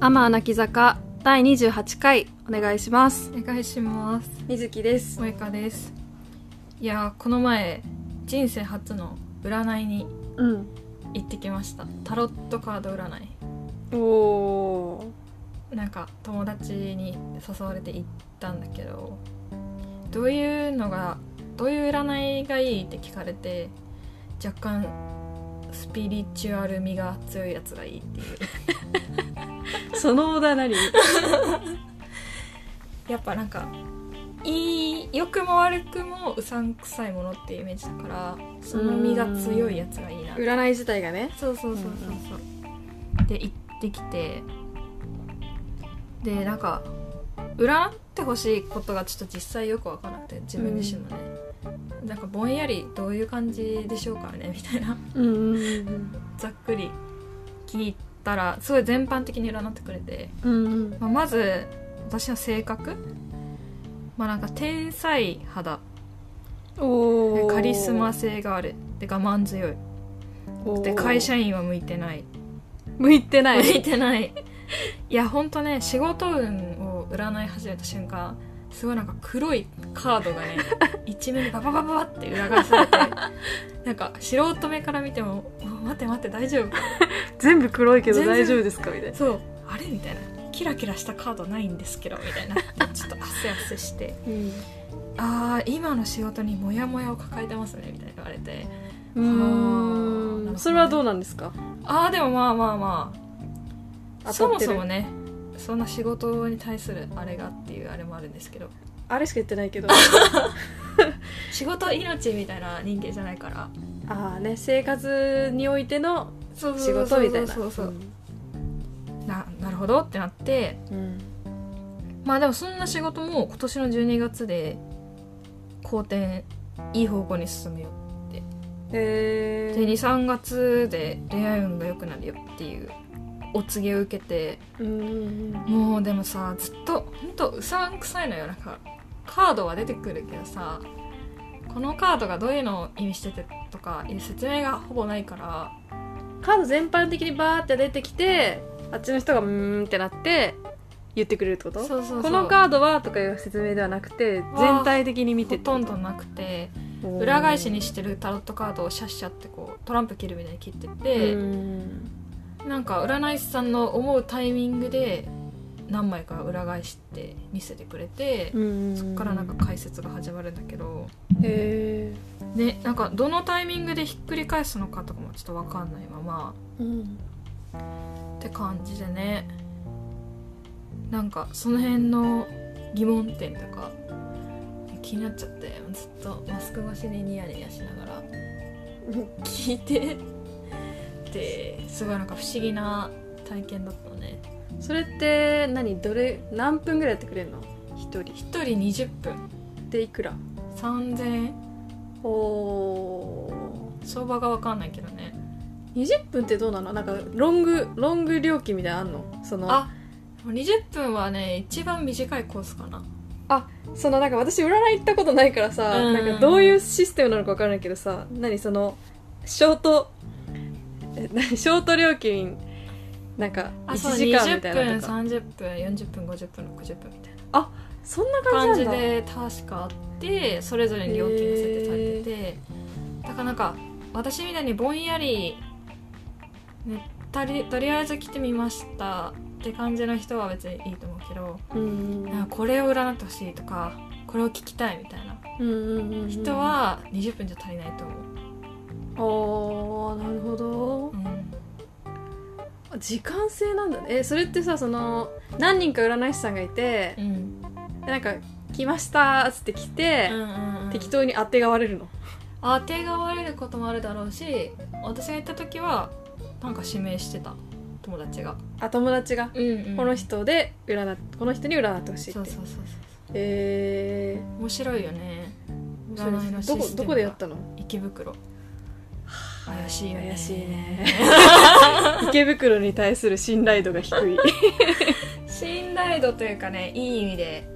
天穴木坂第28回お願いしますお願いします水木です萌香ですいやーこの前人生初の占いにうん行ってきましたタロットカード占いおおなんか友達に誘われて行ったんだけどどういうのがどういう占いがいいって聞かれて若干スピリチュアル味が強いやつがいいっていうそのオーダーなりやっぱなんかいい良くも悪くもうさんくさいものっていうイメージだからその身が強いやつがいいな占い自体がねそうそうそうそうそう、で行ってきてでなんか占ってほしいことがちょっと実際よく分からなくて自分自身もね、なんかぼんやりどういう感じでしょうかねみたいなうんうんざっくり聞いたらすごい全般的に占ってくれて、うんうんまあ、まず私の性格まあなんか天才肌おでおカリスマ性があるで我慢強いで会社員は向いてない向いてな向いいてないいやほんとね仕事運を占い始めた瞬間すごいなんか黒いカードが ね一面にバババババって裏返されてなんか素人目から見ても「うわ待って待って大丈夫か 全部黒いけど全然大丈夫ですかみたいなそうあれ?」みたいな「キラキラしたカードないんですけど」みたいになってちょっと汗汗して「あー今の仕事にモヤモヤを抱えてますね」みたいに言われてうはあなるほんどねそれはどうなんですかああでもまあまあまあそ当たもってるそもねそんな仕事に対するあれがっていうあれもあるんですけどあれしか言ってないけど仕事命みたいな人間じゃないから ああね生活においてのそう仕事みたいなそうそうななるほどってなってうんまあでもそんな仕事も今年の12月で好転いい方向に進むよへでえ23月で恋愛運が良くなるよっていうお告げを受けてうんうんうんもうでもさずっとほんとうさんくさいのよなんかカードは出てくるけどさこのカードがどういうのを意味しててとかいう説明がほぼないからカード全般的にバーって出てきてあっちの人がうーんってなって言ってくれるってことそうそうそうこのカードはとかいう説明ではなくてわあ全体的に見てほってことんどなくておー裏返しにしてるタロットカードをシャッシャってこうトランプ切るみたいに切ってうて、んなんか占い師さんの思うタイミングで何枚か裏返して見せてくれて、うんそっからなんか解説が始まるんだけどへえでなんかどのタイミングでひっくり返すのかとかもちょっと分かんないままうんって感じでねなんかその辺の疑問点とか気になっちゃってずっとマスク越しにニヤニヤしながら聞いてですごいなんか不思議な体験だったのねそれって何どれ何分ぐらいやってくれるの一人1人20分でいくら3000円おお相場が分かんないけどね20分ってどうなのなんかロングロング料金みたいなのあんのそのあ20分はね一番短いコースかなそのなんか私占い行ったことないからさ、うんなんかどういうシステムなのか分からないけどさ何そのショートえ何ショート料金なんかあそう1時間みたいな20分のとか30分40分50分60分みたいなそんな感感じじなんだで確かあってそれぞれに料金が設定されててだからなんか私みたいにぼんやり、ね、たりとりあえず来てみましたって感じの人は別にいいと思うけどうんなんかこれを占ってほしいとかこれを聞きたいみたいなうんうんうんうん人は20分じゃ足りないと思う、おーなるほどあ時間制なんだねえそれってさその何人か占い師さんがいてう、んなんか「来ました」っつって来て、うんうん、適当に当てが割れるの当てが割れることもあるだろうし私が行った時はなんか指名してた友達が、あ友達が、うんこの人で占っこの人に占ってほしいってそうそうそうそうえー面白いよねそう占いのでシスすテどムこどこでやったの池袋怪しいよね怪しいね 池袋に対する信頼度が低い信頼度というかねいい意味で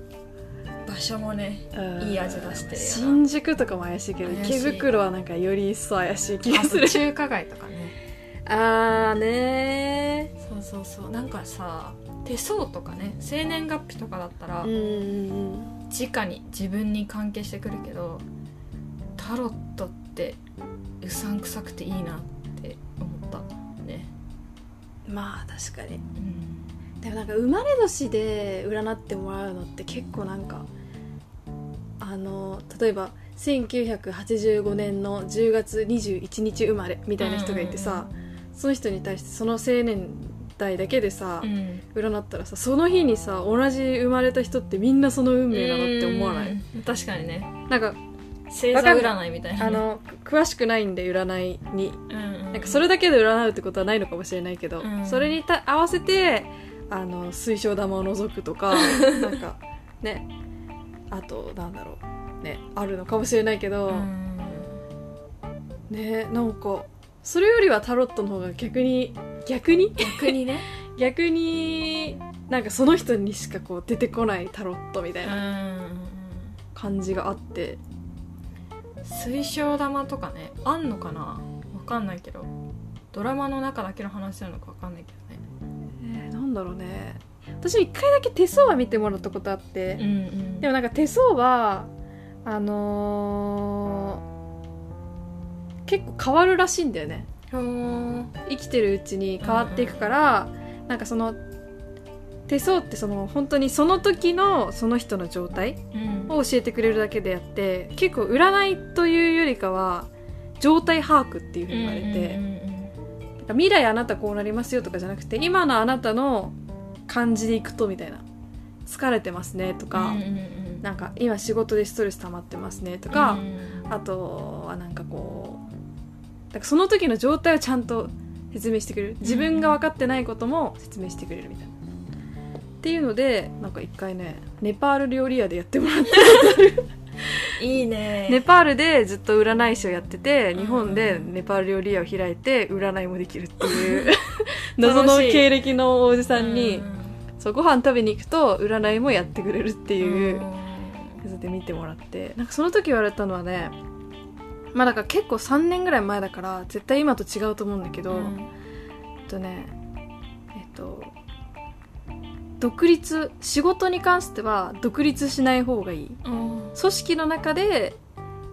場所もね いい味出してるよな新宿とかも怪しいけど怪しい池袋はなんかより一層怪しい気があすとる中華街とかねあーねそうそうそうなんかさ手相とかね生年月日とかだったら、うんうん直に自分に関係してくるけどタロットってうさんくさくていいなって思ったね、うんまあ確かにうん、でもなんか生まれ年で占ってもらうのって結構なんかあの例えば1985年の10月21日生まれみたいな人がいてさ、その人に対してその青年代だけでさ、うん、うん占ったらさその日にさ同じ生まれた人ってみんなその運命なのって思わない、うん確かにねなんか星座占いみたいなあね、の詳しくないんで占いにうんうん、なんかそれだけで占うってことはないのかもしれないけど、うんそれにた合わせてあの水晶玉を除く とかなんかねあとなんだろうねあるのかもしれないけど、うんねなんかそれよりはタロットの方が逆に逆に逆にね、逆になんかその人にしかこう出てこないタロットみたいうなん、感じがあって、水晶玉とかねあんのかなわかんないけどドラマの中だけの話なのかわかんないけえーなんだろうね私一回だけ手相は見てもらったことあって、どね、うんうん、でもなんか手相はあのー結構変わるらしいんだよねうん生きてるうちに変わっていくから、なんかその手相ってその本当にその時のその人の状態うんを教えてくれるだけであって結構占いというよりかは状態把握っていうふうに言われて、うんうんなんか未来あなたこうなりますよとかじゃなくて今のあなたの感じでいくとみたいな疲れてますねとか、うんうんうんなんか今仕事でストレス溜まってますねとうか、んあとはなんかこうなんかその時の状態をちゃんと説明してくれる自分が分かってないことも説明してくれるみたいな。っていうのでなんか一回ねネパール料理屋でやってもらっていいね ネパールでずっと占い師をやっててうん日本でネパール料理屋を開いて占いもできるっていう 謎の経歴のおじさんにそうご飯食べに行くと占いもやってくれるってていうやつで見てもらってなんかその時言われたのはねまあだから結構3年ぐらい前だから絶対今と違うと思うんだけど、えっとねえっと独立仕事に関しては独立しない方がいい組織の中で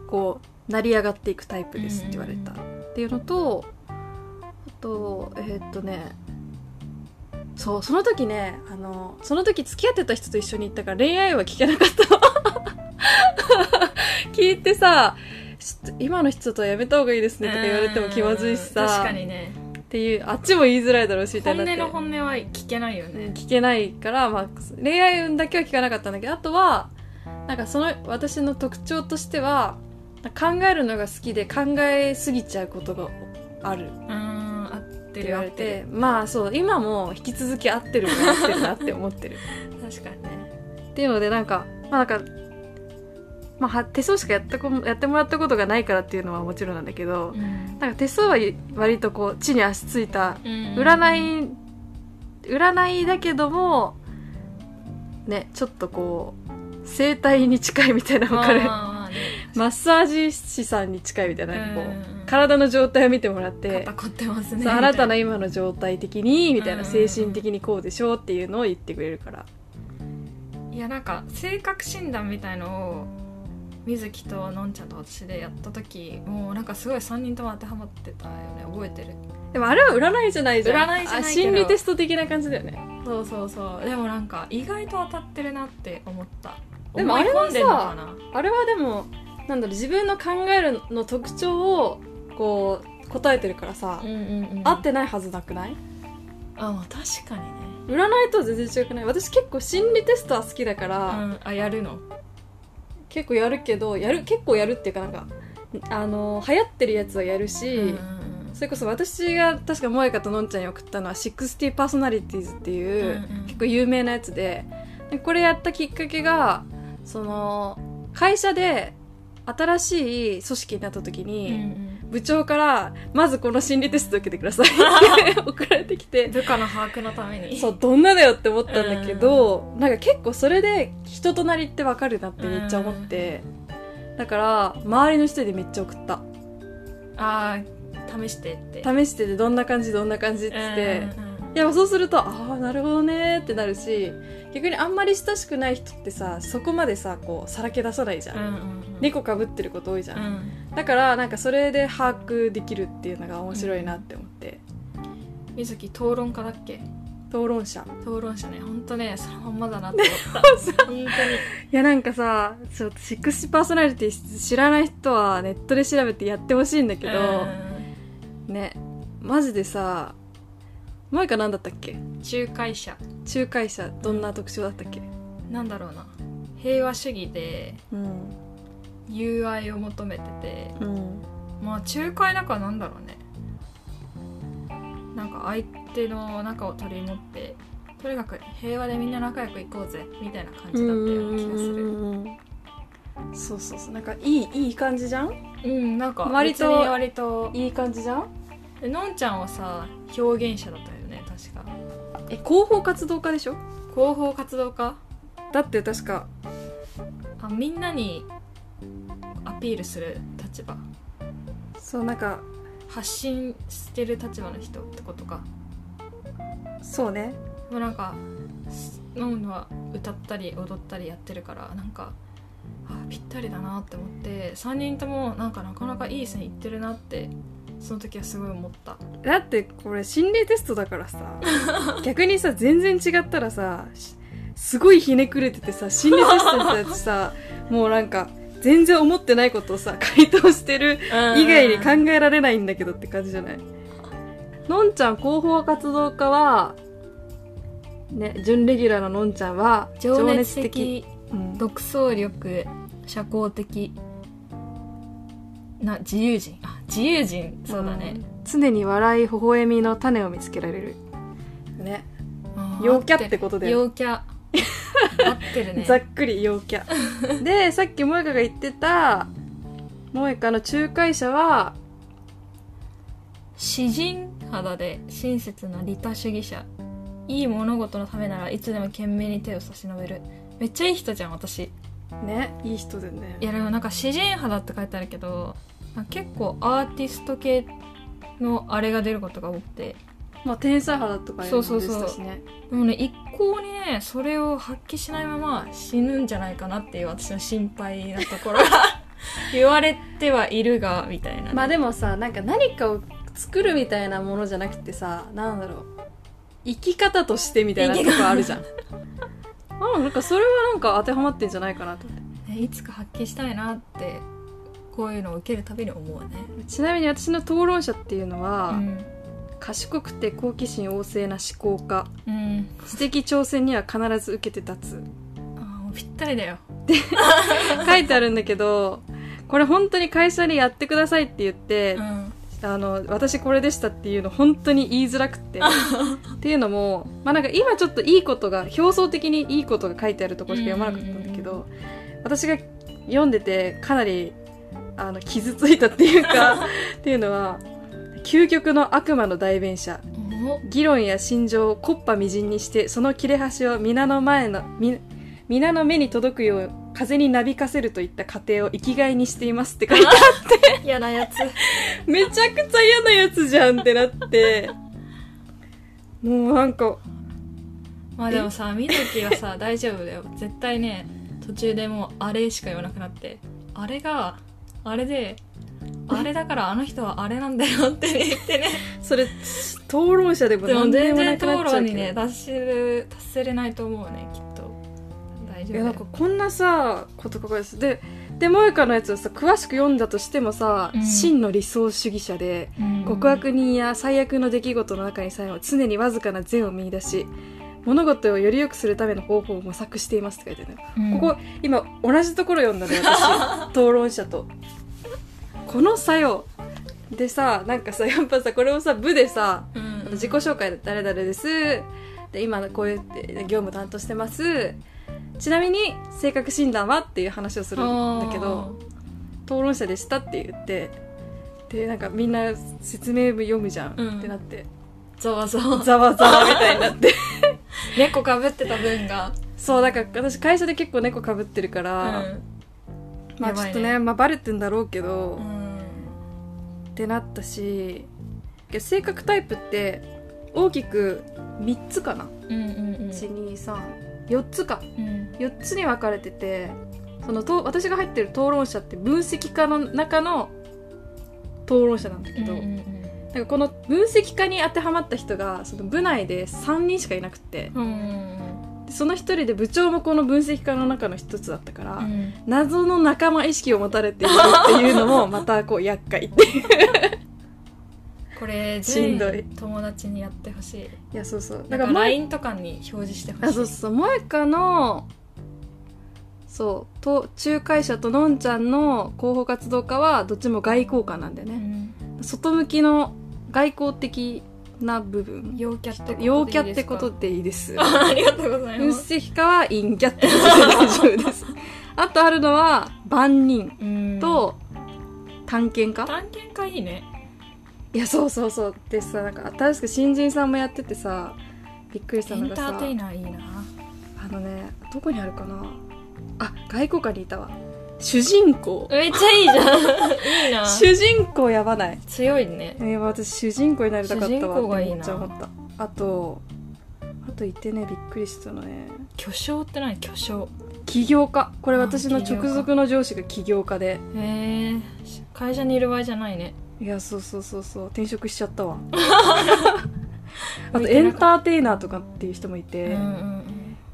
こう成り上がっていくタイプですって言われたうっていうのとあとえーっとねそうその時ねあのその時付き合ってた人と一緒に行ったから恋愛は聞けなかった 聞いてさちょっと今の人とはやめた方がいいですねとか言われても気まずいしさ確かにねっていうあっちも言いづらいだろうしみた本いになって音の本音は聞けないよね聞けないから、まあ、恋愛運だけは聞かなかったんだけどあとはなんかその私の特徴としては考えるのが好きで考えすぎちゃうことがあるっうん合っててる言わ合れっててまあそう今も引き続き合ってるな合ってるなって思ってるる確かにねっていうのでなんかまあなんか、まあは、手相しかやったこやってもらったことがないからっていうのはもちろんなんだけど、なんか手相は割とこう地に足ついたい占い占いだけどもねちょっとこう生体に近いみたいなわかるマッサージ師さんに近いみたいなこう体の状態を見てもらって肩凝ってますねそうあなたのみ今の状態的にみたいなうん精神的にこうでしょうっていうのを言ってくれるからたいないやなんか性格診断みたいのを水木とのんちゃんと私でやった時もうなんかすごい3人とも当てはまってたよね覚えてるでもあれは占いじゃないじゃん占いじゃないけどあ心理テスト的な感じだよねそうそうそうでもなんか意外と当たってるなって思ったでもあれ思い込はさんでんのかなあれはでもなんだろう自分の考えるの特徴をこう答えてるからさ、うんうんうん合ってないはずなくないあまあ確かにね占いとは全然違くない私結構心理テストは好きだから、うん、あやるの結構やるけどやる結構やるっていうかなんかあの流行ってるやつはやるし、うんうんそれこそ私が確か萌香とのんちゃんに送ったのは「60パーソナリティーズ」っていう、うんうん結構有名なやつででこれやったきっかけがその会社で新しい組織になった時うに、ん部長から「まずこの心理テスト受けてください」って 送られてきうてん、部下の把握のために そうどんなだよって思ったんだけど、なんか結構それで人となりってわかるなってめっちゃ思って、だから周りの人でめっちゃ送ったああ試してって試しててどんな感じどんな感じっつって、うんうんいやそうするとああなるほどねってなるし逆にあんまり親しくない人ってさそこまでさこうさらけ出さないじゃん、ん猫かぶってること多いじゃ、うんんだからなんかそれで把握できるっていうのが面白いなって思って、みずき討論家だっけ討論者討論者ねほんとねそのまんまだなって思った本当にいやなんかさちょっとセクシーパーソナリティ知らない人はネットで調べてやってほしいんだけど、ねマジでさ前か何だったっけうん仲介者仲介者どんな特徴だったっけなんだろうな平和主義でうん友愛を求めててうんまあ仲介だからなんだろうねなんか相手の中を取り持ってとにかく平和でみんな仲良く行こうぜみたいな感じだったような気がするそうそうそうなんかいいいい感じじゃんうんなんか割と別に割といい感じじゃんえのんちゃんはさ表現者だったよね確かえ広報活動家でしょ広報活動家だって確かあみんなにアピールする立場そうなんか発信してる立場の人ってことかそうねもうなんか飲むのは歌ったり踊ったりやってるからなんかあぴったりだなって思って3人ともなんかなかなかいい線いってるなってその時はすごい思っただってこれ心霊テストだからさ逆にさ全然違ったらさしすごいひねくれててさ心霊テストのやつ さもうなんか全然思ってないことをさ回答してる以以外に考えられないんだけどって感じじゃないのんちゃん広報活動家はね準レギュラーののんちゃんは情熱的うん独創力社交的な自由人あ自由人そうだね、ん常に笑い微笑みの種を見つけられるねうん陽キャってことだよ陽キャ合ってるね ざっくり陽 キャでさっき萌歌が言ってた萌歌の仲介者は詩人肌で親切な利他主義者いい物事のためならいつでも懸命に手を差し伸べるめっちゃいい人じゃん私ねいい人だよねいやでもなんか詩人肌って書いてあるけどなんか結構アーティスト系のあれが出ることが多くてまあ天才肌とかいうのもそうそうそう出てたしねでもね一向にねそれを発揮しないまま死ぬんじゃないかなっていう私の心配なところが 言われてはいるがみたいなね、まあでもさなんか何かを作るみたいなものじゃなくてさなんだろう生き方としてみたいなと生き方こあるじゃん あなんかそれはなんか当てはまってんじゃないかなと思ってねいつか発揮したいなってこういうのを受けるたびに思うね、ちなみに私の討論者っていうのは、うん賢くて好奇心旺盛な思考家うん、知的挑戦には必ず受けて立つあもうぴったりだよ。書いてあるんだけどこれ本当に会社にやってくださいって言って、ん、あの私これでしたっていうの本当に言いづらくてっていうのもまあなんか今ちょっといいことが表層的にいいことが書いてあるところしか読まなかったんだけど私が読んでてかなりあの傷ついたっていうかっていうのは究極の悪魔の代弁者お議論や心情を木っ端みじんにしてその切れ端を皆の前のみ皆の目に届くよう風になびかせるといった過程を生きがいにしていますって 書いてある嫌な やつ。めちゃくちゃ嫌なやつじゃんってなってもうなんかまあでもさ、みずきはさ、大丈夫だよ。絶対ね、途中でもうあれしか言わなくなって、あれが、あれで、あれだからあの人はあれなんだよってね言ってね。 それ討論者でもでも何で全も然なく討なっちゃ論うにけね、ど達せる、達せれないと思うね、きっと。大い丈夫やだなんよかこんなさこと書かれてたでで萌歌のやつをさ詳しく読んだとしてもさ、うん真の理想主義者でうん極悪人や最悪の出来事の中にさえも常にわずかな善を見出し物事をより良くするための方法を模索していますって書いてあるうんここ今同じところ読んだね 私討論者とこの作用でさなんかさやっぱさこれをさ部でさうん自己紹介で誰々ですで今こういう業務担当してますちなみに性格診断はっていう話をするんだけど討論者でしたって言ってでなんかみんな説明文読むじゃん、うんってなってあーざわざわざわざわみたいにな って 猫かぶってた分が、そうだから私会社で結構猫かぶってるかうら、んまあやちばいょっねとね、まあ、バレてんだろうけど、うっんてなったしけど性格タイプって大きく3つかなうんうんうん1234つかうん4つに分かれててそのと私が入ってる討論者って分析家の中の討論者なんだけど、うんうんなんかこの分析家に当てはまった人がその部内で3人しかいなくってうんうんでその1人で部長もこの分析家の中の一つだったから、うん謎の仲間意識を持たれているっていうのもまたこう厄介って いうこれしんどい全員友達にやってほしいいやそうそうだだかかららもえ LINE とかに表示してほしいあそうそう萌香のそうと仲介者とのんちゃんの広報活動家はどっちも外交官なんだようね、ん外向きの外交的な部分陽キャってことでいいですかあ陽キャってことでいいですありがとうござい分ます析家は陰キャってことで大丈夫ですあとあるのは万人うんと探検家、探検家いいねいやそうそうそうでさなんか新しく新人さんもやっててさびっくりしたエのンがタさーテイナーいいなあのねどこにあるかなあ外交官にいたわ主人公めっちゃいいじゃん いいな主人公やばない強いねえー、私主人公になりたかった主わ人公がっていいめっなちゃ思ったあとあといてねびっくりしたのね巨匠って何巨匠起業家これあ私の起業家直属の上司が起業家でへえ会社にいる場合じゃないねいやそうそうそうそう転職しちゃっ たわ向あいとてエなンかターテイナーとかっていう人もいて、うんうん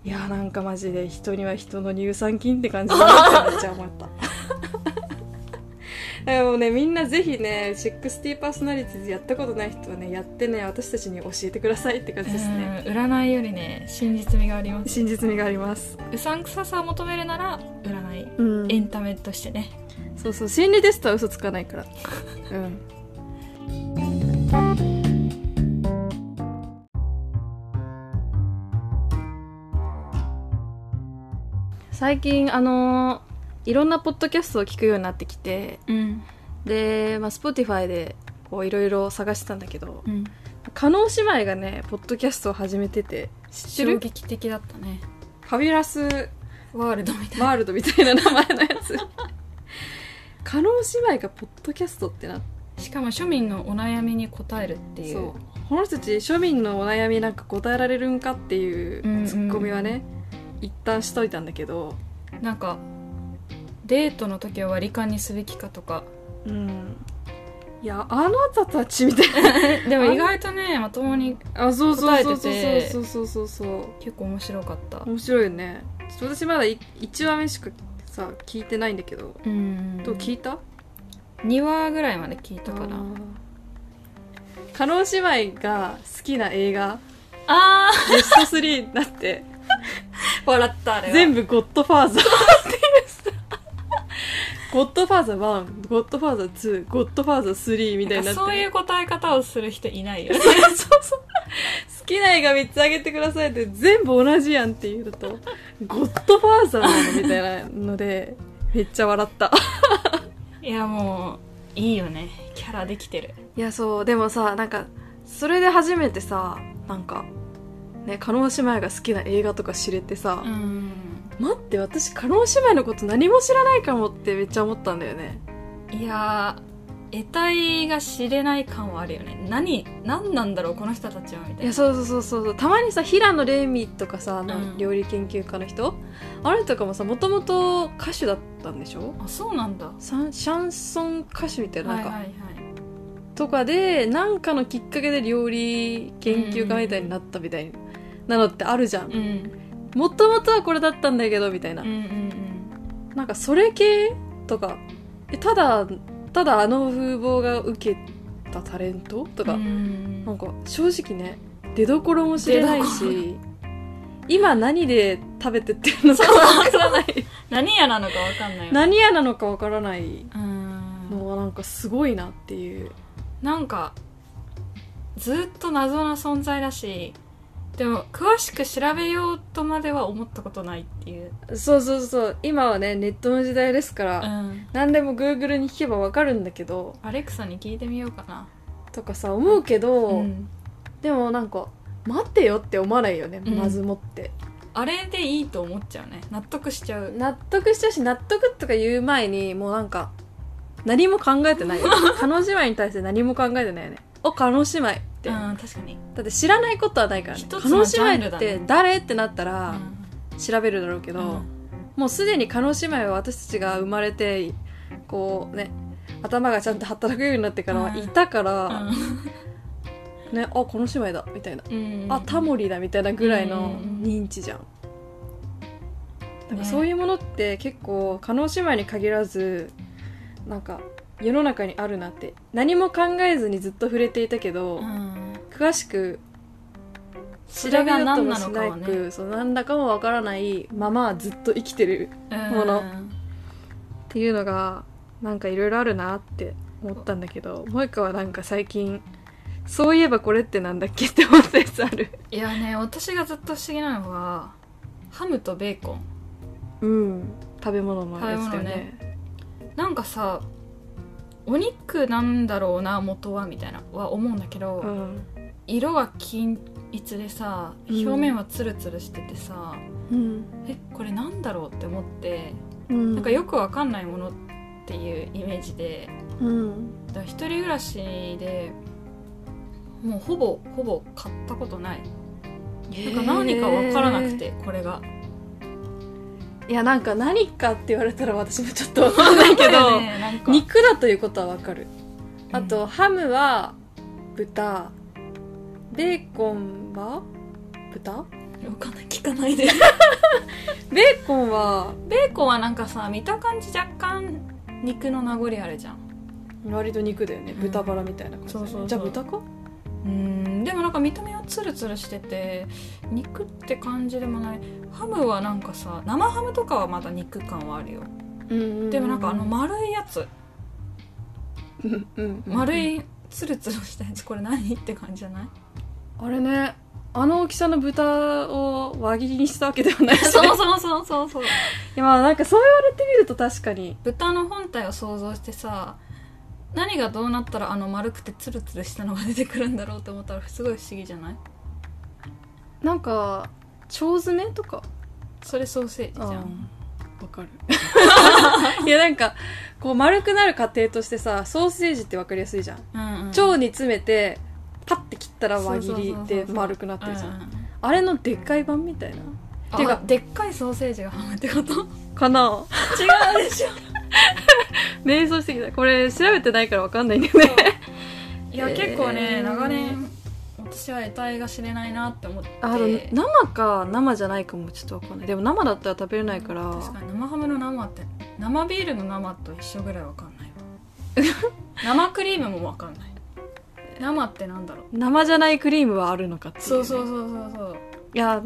いやなんかマジで人には人の乳酸菌って感じだなってめっちゃ 思ったでもねみんなぜひね60パーソナリティズやったことない人はねやってね私たちに教えてくださいって感うじんですね、うん占いよりね真実味があります真実味があります、うさんくささを求めるなら占いうんエンタメとしてねそうそう心理テストは嘘つかないから うん最近あのーいろんなポッドキャストを聞くようになってきてうんで、まあ、Spotify でこういろいろ探してたんだけどうん加納姉妹がねポッドキャストを始めてて知って衝る撃的だったねファビュラスワールドみたいなワールドみたいな名前のや つ加納姉妹がポッドキャストってなっしかも庶民のお悩みに答えるってていうそうこの人たち庶民のお悩みなんか答えられるんかっていんうんうツッコミはね、一旦しといたんだけどなんかデートの時は割り勘にすべきかとかうんいやあなたたちみたいなでも意外とねまともにあそうそうそうそう答えててそうそうそうそう結構面白かった面白いよねちょっと私まだ1話目しかさ聞いてないんだけど、うんどう聞いた2話ぐらいまで聞いたかあなー加納姉妹が好きな映画あーベスト3になって笑ったあれは全部部ゴッドファーザーっていうさゴッドファーザー1ゴッドファーザー2ゴッドファーザー3みたいになってそういう答え方をする人いないよ そうそう好きな映画3つあげてくださいって全部同じやんっていうのとゴッドファーザーなのみたいなのでめっちゃ笑ったいやもういいよねキャラできてるいやそうでもさなんかそれで初めてさなんかね加納姉妹が好きな映画とか知れてさ、ん待って私加納姉妹のこと何も知らないかもってめっちゃ思ったんだよねいやー得体が知れない感はあるよね何何なんだろうこの人たちはみたいいやなそうそうそうそうたまにさ平野レミとかさあうんの料理研究家の人、あれとかもさもともと歌手だったんでしょあそうなんだはシャンソン歌手みたいいなはなんいか、はいとかでなんかのきっかけで料理研究家みたいになったみたいなのってあるじゃんうんもともとはこれだったんだけどみたいなうんうんうんなんかそれ系とかえただただあの風貌が受けたタレントとか、うんなんか正直ね出どころも知れないし今何で食べてってるのかわからない何やなのかわかんないよね何屋なのかわからないうーんのはなんかすごいなっていうなんかずっと謎な存在だしでも詳しく調べようとまでは思ったことないっていう、そうそうそう今はねネットの時代ですから、うん、何でも Google に聞けばわかるんだけどアレクサに聞いてみようかなとかさ思うけど、うんでもなんか待ってよって思わないよね、うんまずもってあれでいいと思っちゃうね納得しちゃう納得しちゃうし納得とか言う前にもうな んか何も考えてないよ叶姉妹に対して何も考えてないよねお叶姉妹って、うん、確かに、だって知らないことはないからね一つ叶のジャ姉ン妹ルっだねて誰ってなったうらん調べるだろうけど、もうすでに叶姉妹は私たちが生まれてこうね頭がちゃんと働くようになってからうんいたから、ねあこの姉妹だみたいな、うんあタモリだみたいなぐらいのうん認知じゃん。なんかねそういうものって結構叶姉妹に限らずなんか世の中にあるなって何も考えずにずっと触れていたけど、うん詳しくそ調べれようがと何もなしのかなはねくそう何らかもわからないままずっと生きてるものっていうのがなんかいろいろあるなって思ったんだけど萌香はなんか最近そういえばこれってなんだっけって思ったやつあるいやね私がずっと不思議なのはハムとベーコンうん食べ物のやつだよねなんかさお肉なんだろうな元はみたいなは思うんだけど、うん色は均一でさうん表面はツルツルしててさ、うん、えこれなんだろうって思って、うん、なんかよくわかんないものっていうイメージでうんだから一人暮らしでもうほぼほぼ買ったことないなんか何かわからなくて、これがいやなんか何かって言われたら私もちょっとわかん ないけだど、よねなんか肉だということはわかるうんあと、ハムは豚ベーコンは豚わかんない聞かないでベーコンはベーコンはなんかさ見た感じ若干肉の名残あるじゃん割と肉だよね豚バラみたいな感じだよね、そうそうそうじゃあ豚かうんでもなんか見た目はツルツルしてて肉って感じでもないハムはなんかさ生ハムとかはまだ肉感はあるよでもなんかあの 丸いやつうんうんうん丸いツルツルしたやつこれ何って感じじゃないあれねあの大きさの豚を輪切りにしたわけで はないし、ね、 そうそうそうそうそういやまあなんかそう言われてみると確かに豚の本体を想像してさ何がどうなったらあの丸くてツルツルしたのが出てくるんだろうって思ったらすごい不思議じゃないなんか腸詰めとかそれソーセージじゃんわかる いやなんかこう丸くなる過程としてさソーセージってわかりやすいじゃんうんうん腸に詰めてパッて切ったら輪切りで丸くなってるじゃんんあれのでっかい版みたいなていうかでっかいソーセージがハムってこと違かなう でしょ瞑想してきたこれ調べてないからわかんないんだよね いや、えー結構ね長年私は得体が知れないなって思ってあの生か生じゃないかもちょっとわかんないでも生だったら食べれないから確かに生ハムの生って生ビールの生と一緒ぐらいわかんないわ 生クリームもわかんない生ってなんだろう生じゃないクリームはあるのかっていうね、そうそうそうそうそういや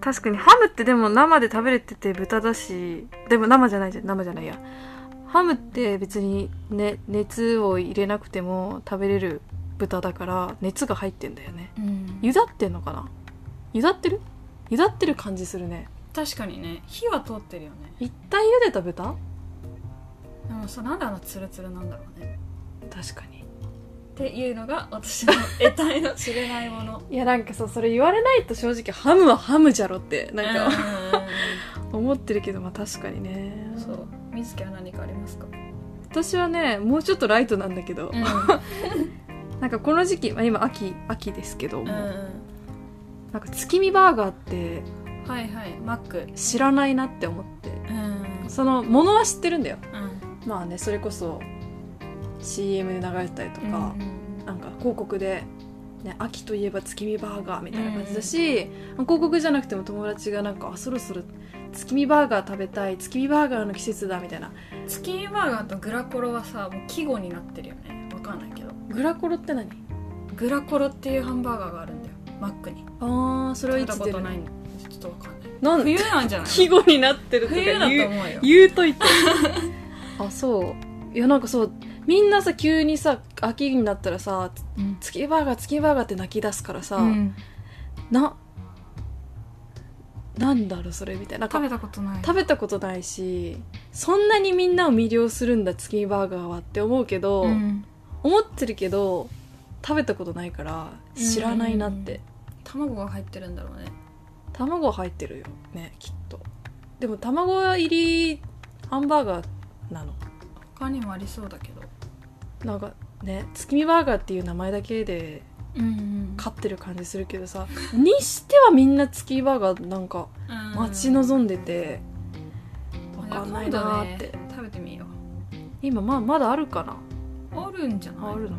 確かにハムってでも生で食べれてて豚だしでも生じゃないじゃん生じゃないやハムって別に、ね、熱を入れなくても食べれる豚だから熱が入ってんだよねうんゆだってんのかなゆだってるゆだってる感じするね確かにね火は通ってるよね一体ゆでた豚でもさなんであのツルツルなんだろうね確かにっていうのが私の得体の知れないものいやなんかさそれ言われないと正直ハムはハムじゃろってなんか、か思ってるけどまあ確かにね そう水木は何かありますか私はねもうちょっとライトなんだけど、なんかこの時期、まあ、今秋秋ですけども、はなんか月見バーガーっていはいマック知らないなって思ってうんそのものは知ってるんだようんまあねそれこそ CM で流れてたりとか、なんか広告で、ね「秋といえば月見バーガー」みたいな感じだし、広告じゃなくても友達がなんかあ「そろそろ月見バーガー食べたい月見バーガーの季節だ」みたいなチキンバーガーとグラコロはさもう季語になってるよねわかんないけどグラコロって何グラコロっていうハンバーガーがあるんだよマックにあーそれは食べいたつこ出とるないんだちょっとわかんないなん冬なんじゃない 季語になってるとか冬だと言う思うよ言うといて あそういやなんかそうみんなさ急にさ秋になったらさうん月見バーガー月見バーガーって泣き出すからさ、うんななんだろうそれみたいなな食んかべたことない食べたことないしそんなにみんなを魅了するんだ月見バーガーはって思うけど、うん思ってるけど食べたことないから知らないなって、卵が入ってるんだろうね卵入ってるよねきっとでも卵入りハンバーガーなの他にもありそうだけどなんかね月見バーガーっていう名前だけでうん勝ってる感じするけどさにしてはみんな月場がなんか待ち望んでて、わかんないなーって、今度ね食べてみよ今まあまだあるかなうあるんじゃないああるの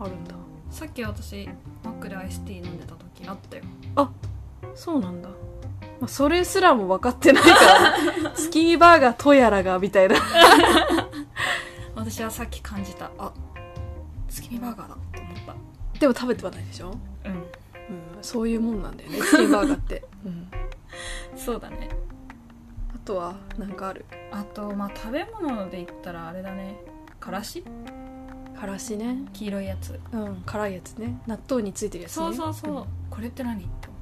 あるんださっき私マックでアイスティー飲んでた時あったよそうなんだ、まあ、それすらも分かってない からスキーバーガーとやらがみたいな私はさっき感じたあ月見バーガーだって思っでも食べてはないでしょ、たうんうん、そういうもんなんだ よねスキーバーガーって、うん、そうだねあとはなんかあるあとまあ食べ物で言ったらあれだねからしからしね黄色いやつうん辛いやつね納豆についてるやつねそうそうそう、んこれって何って思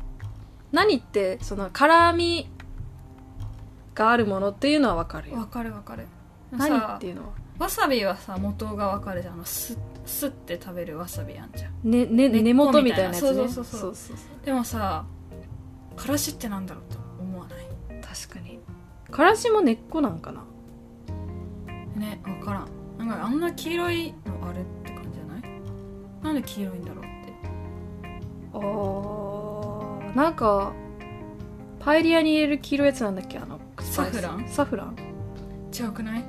何ってその辛みがあるものっていうのは分かるうわよかるわかる何さっていうのはわさびはさ元がわかるじゃんあのすすって食べるわさびあんじゃんねね根っこ根元みたいなやつねみたいなそうそうそうそうそうでもさからしってなんだろうって思わない確かにからしも根っこなんかなね分からんなんかあんな黄色いのあれって感じじゃないなんで黄色いんだろうってあーなんかパエリアに入れる黄色いやつなんだっけあのスサパイスフランサフラン違くない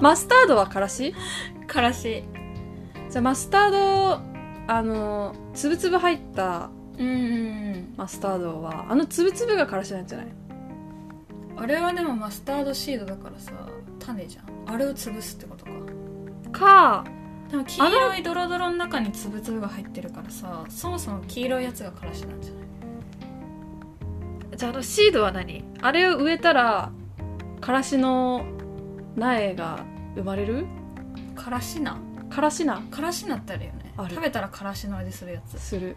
マスタードはからしからしじゃあマスタードあのつぶつぶ入ったうんうんマスタードはあのつぶつぶがからしなんじゃないあれはでもマスタードシードだからさ種じゃんあれを潰すってことかかでも黄色いドロドロの中に粒々が入ってるからさそもそも黄色いやつがからしなんじゃないじゃああのシードは何あれを植えたらからしの苗が生まれるからしなからしなからしなってあるよねある食べたらからしの味するやつする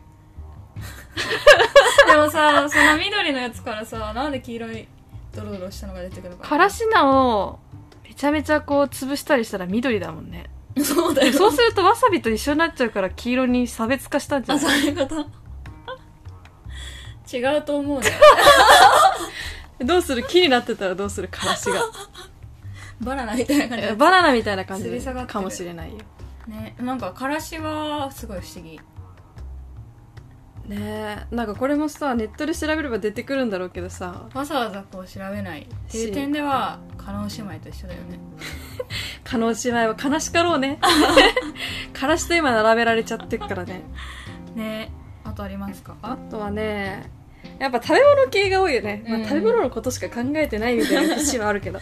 でもさその緑のやつからさなんで黄色いドロドロしたのが出てくるのからしなをめちゃめちゃこう潰したりしたら緑だもんねそうだよそうするとわさびと一緒になっちゃうから黄色に差別化したんじゃあないそういうこと 違うと思うねどうする木になってたらどうするからしが バナナみたいな感じえバナナみたいな感じ吊り下がってるかもしれないよねなんかからしはすごい不思議ねえなんかこれもさネットで調べれば出てくるんだろうけどさわざわざこう調べないっていう点ではカノン姉妹と一緒だよね加納姉妹は悲しかろう ねからしと今並べられちゃってっからねねあとありますかあとはねやっぱ食べ物系が多いよね、まあうん食べ物のことしか考えてないみたいな節はある けど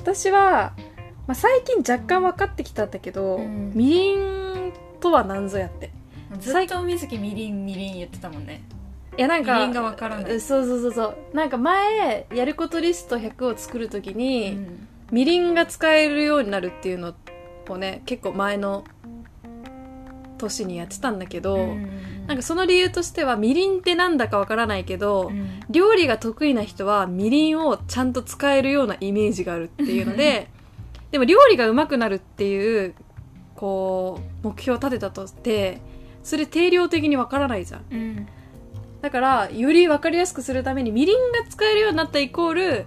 私は、まあ、最近若干分かってきたんだけど、うんみりんとは何ぞやってずっと水木みりんみりん言ってたもんねいやなんかみりんがわからないうんそうそうそうそうなんか前やることリスト100を作るときうに、んみりんが使えるようになるっていうのをね結構前の年にやってたんだけど、なんかその理由としてはみりんってなんだかわからないけど、うん料理が得意な人はみりんをちゃんと使えるようなイメージがあるっていうのででも料理がうまくなるっていうこう目標を立てたとしてそれ定量的にわからないじゃんうんだからよりわかりやすくするためにみりんが使えるようになったイコール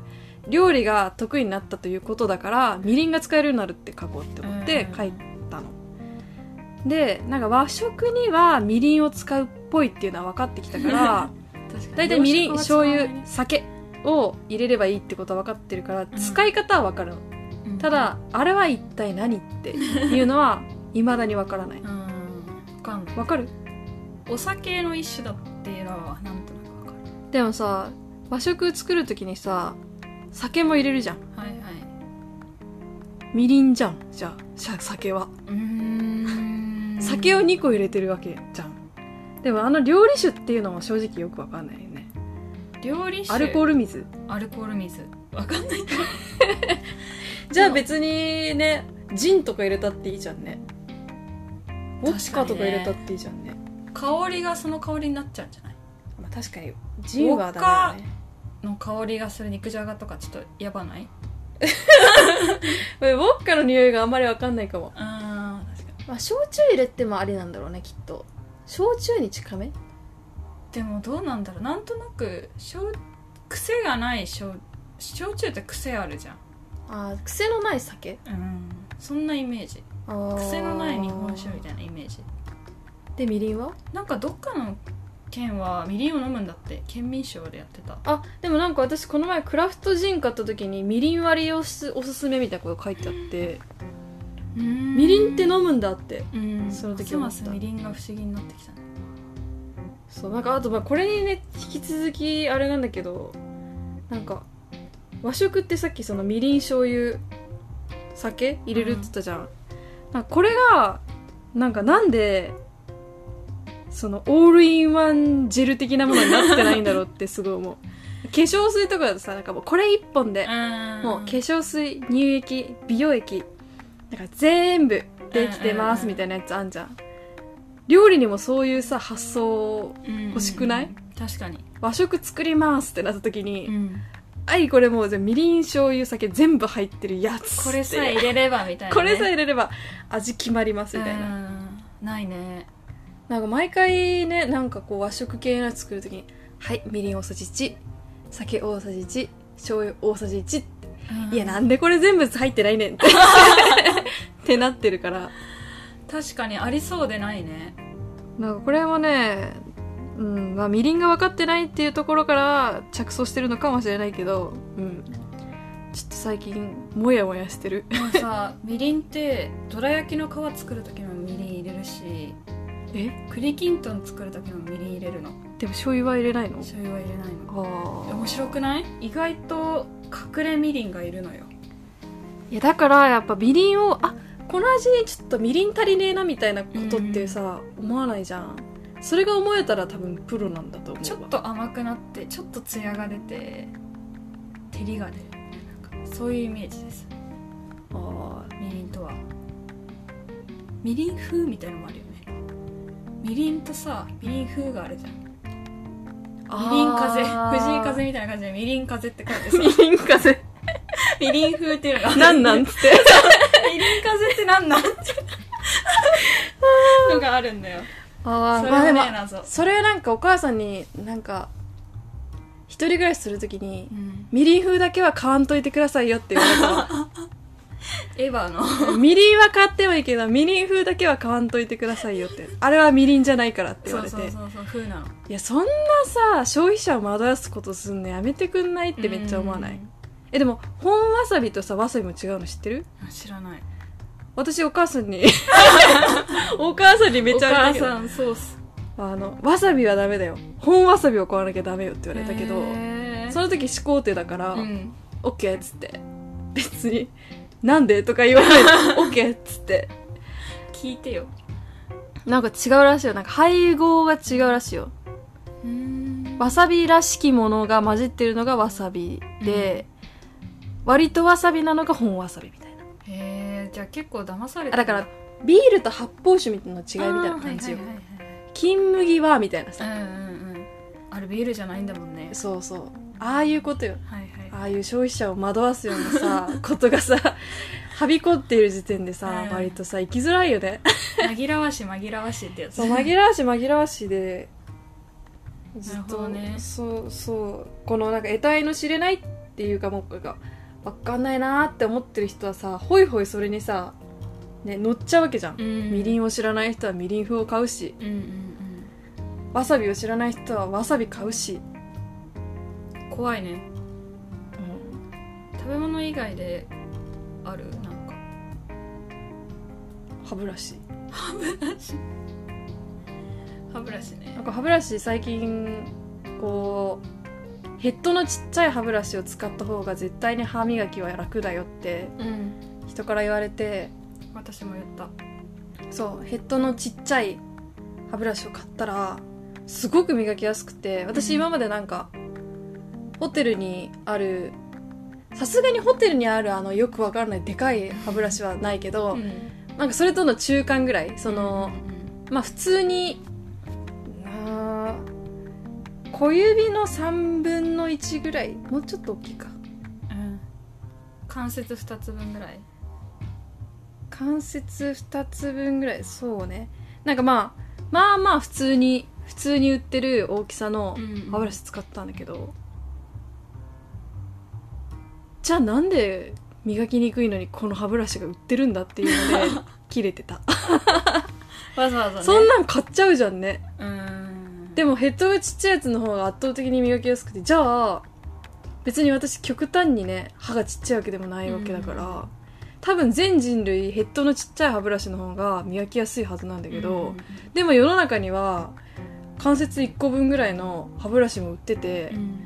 料理が得意になったということだからみりんが使えるようになるって書こうって思って書いたの。でなんか和食にはみりんを使うっぽいっていうのは分かってきたから。大体みりん醤油酒を入れればいいってことは分かってるから、ん使い方は分かるのただあれは一体何っていうのは 未だに分からないうんわかんない分かるお酒の一種だっていうのはなんとなくわかるでもさ和食作る時にさ酒も入れるじゃんはいはいみりんじゃんじゃあしゃ酒はうーん酒を2個入れてるわけじゃんでもあの料理酒っていうのも正直よく分かんないよね料理酒アルコール水アルコール水わかんないじゃあ別にねジンとか入れたっていいじゃんねウォッカとか入れたっていいじゃんね香りがその香りになっちゃうんじゃないまあ、確かにジンはダメだねの香りがする肉じゃがとかちょっとやばないこれウォッカの匂いがあんまりわかんないかも、あー確かにまあ、焼酎入れてもありなんだろうねきっと焼酎に近めでもどうなんだろうなんとなく焼癖がない焼焼酎って癖あるじゃんあー癖のない酒うんそんなイメージあー癖のない日本酒みたいなイメージでみりんはなんかどっかの県はみりんを飲むんだって県民賞でやってたあでもなんか私この前クラフトジン買った時にみりん割りをすおすすめみたいなこと書いてあってみみりんって飲むんだってうんその時ます思ますみったりんが不思議になってきたねそうなんかあとまあこれにね引き続きあれなんだけどなんか和食ってさっきそのみりん醤油酒入れるって言ったじゃん、なんかこれがなんかなんでそのオールインワンジェル的なものになってないんだろう ってすごい思う化粧水とかだとさなんかもうこれ一本でもう化粧水乳液美容液なんか全部できてまうんうんうすんみたいなやつあんじゃん料理にもそういうさ発想欲欲しくない確かに、和食作りますってなった時に、ん、はいこれもうじゃあみりん醤油酒全部入ってるやつこれさえって入れればみたいな、ね、これさえ入れれば味決まりますみたいな、うんないねなんか毎回ねなんかこう和食系のやつ作る時にはいみりん大さじ1酒大さじ1醤油大さじ1いやなんでこれ全部入ってないねんっ てってなってるから確かにありそうでないねなんかこれもね、うんまあ、みりんが分かってないっていうところから着想してるのかもしれないけど、うん、ちょっと最近モヤモヤしてるもうさみりんってどら焼きの皮作る時もみりん入れるしえ栗きんとん作る時もみりん入れるのでも醤油は入れないの醤油は入れないあのー面白くない意外と隠れみりんがいるのよいやだからやっぱみりんをあこの味にちょっとみりん足りねえなみたいなことってさ、思わないじゃんそれが思えたら多分プロなんだと思うわちょっと甘くなってちょっとツヤが出て照りが出るなんかそういうイメージですあみりんとはみりん風みたいのもあるよねみりんとさみりん風があるじゃんーみりん風あー藤井風みたいな感じでみりん風って書いてさみりん風 みりん風っていうのがなんな んみつってりん風ってなんなんって のがあるんだよ あそれまあもでねも謎それなんかお母さんになんか一人暮らしするときにうんみりん風だけは買わんといてくださいよって言われたわエヴァの みりんは買ってもいいけどみりん風だけは買わんといてくださいよってあれはみりんじゃないからって言そわうれてそうそうそう風なのいやそんなさ消費者を惑わすことすんのやめてくんないってめっちゃ思わないうんえでも本わさびとさわさびも違うの知ってるあ知らない私お母さ んにお母さんにめっちゃあれだけおど母さんそうっすあのわさびはダメだよ本わさびを買わなきゃダメよって言われたけど、へーその時始皇帝だから、うんオッケーっつって別に「なんで?」とか言わない でオッケーっつって聞いてよなんか違うらしいよなんか配合が違うらしいよわさびらしきものが混じってるのがわさびで、割とわさびなのが本わさびみたいなへえじゃあ結構騙されてあだからビールと発泡酒みたいなの違いみたいな感じよ、あーはいはい金麦はみたいなさ、はいはいうんうんうんあれビールじゃないんだもんねそうそうああいうことよはいはいああいう消費者を惑わすようなさ ことがさはびこっている時点でさ、うん割とさ生きづらいよね紛らわしい紛らわしいってやつそう紛らわしい紛らわしいでずっなるほと、どねそうそうこのなんか得体の知れないっていうかもうか分かんないなーって思ってる人はさほいほいそれにさ、ね、乗っちゃうわけじゃん、うんみりんんを知らない人はみりん風を買うしうんうんわさびを知らない人はわさび買うし、うん怖いね食べ物以外であるなんか歯ブラシ歯ブラシねなんか歯ブラシ最近こうヘッドのちっちゃい歯ブラシを使った方が絶対に歯磨きは楽だよってうん人から言われて私も言ったそうヘッドのちっちゃい歯ブラシを買ったらすごく磨きやすくて私うん今までなんか、ホテルにあるさすがにホテルにあるあのよくわからないでかい歯ブラシはないけど、んなんかそれとの中間ぐらいその、まあ普通にあー小指の3分の1ぐらいもうちょっと大きいかうんうん関節2つ分ぐらい関節2つ分ぐらいそうねなんかまあまあまあ普通に普通に売ってる大きさの歯ブラシシ使ったんだけど、じゃあなんで磨きにくいのにこの歯ブラシが売ってるんだっていうので切れてたわざわざねそんなん買っちゃうじゃんねうんでもヘッドがちっちゃいやつの方が圧倒的に磨きやすくてじゃあ別に私極端にね歯がちっちゃいわけでもないわけだから、多分全人類ヘッドのちっちゃい歯ブラシの方が磨きやすいはずなんだけど、でも世の中には関節1個分ぐらいの歯ブラシも売っててう、ん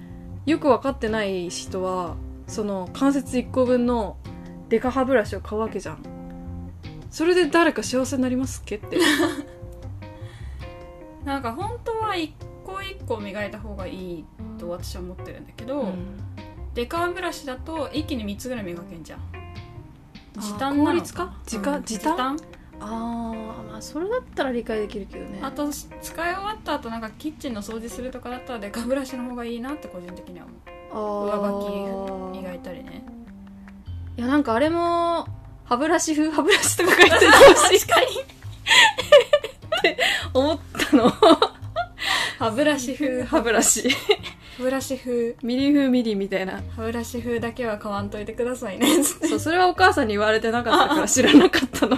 よく分かってない人はその関節1個分のデカ歯ブラシを買うわけじゃんそれで誰か幸せになりますっけってなんか本当は一個一個磨いた方がいいと私は思ってるんだけど、うんデカブラシだと一気に3つぐらい磨けんじゃんあー時短なの効率化時間うん時時短短あーまあそれだったら理解できるけどねあと使い終わった後なんかキッチンの掃除するとかだったらデカブラシの方がいいなって個人的には思う上上履き磨いたりねいやなんかあれも歯ブラシ風歯ブラシとか書いてて確かに思ったの歯ブラシ風歯歯ブラシブラシ風ミリ風ミリみたいな歯ブラ シ風だけは買わんといてくださいねつってそうそれはお母さんに言われてなかったから知らなかったの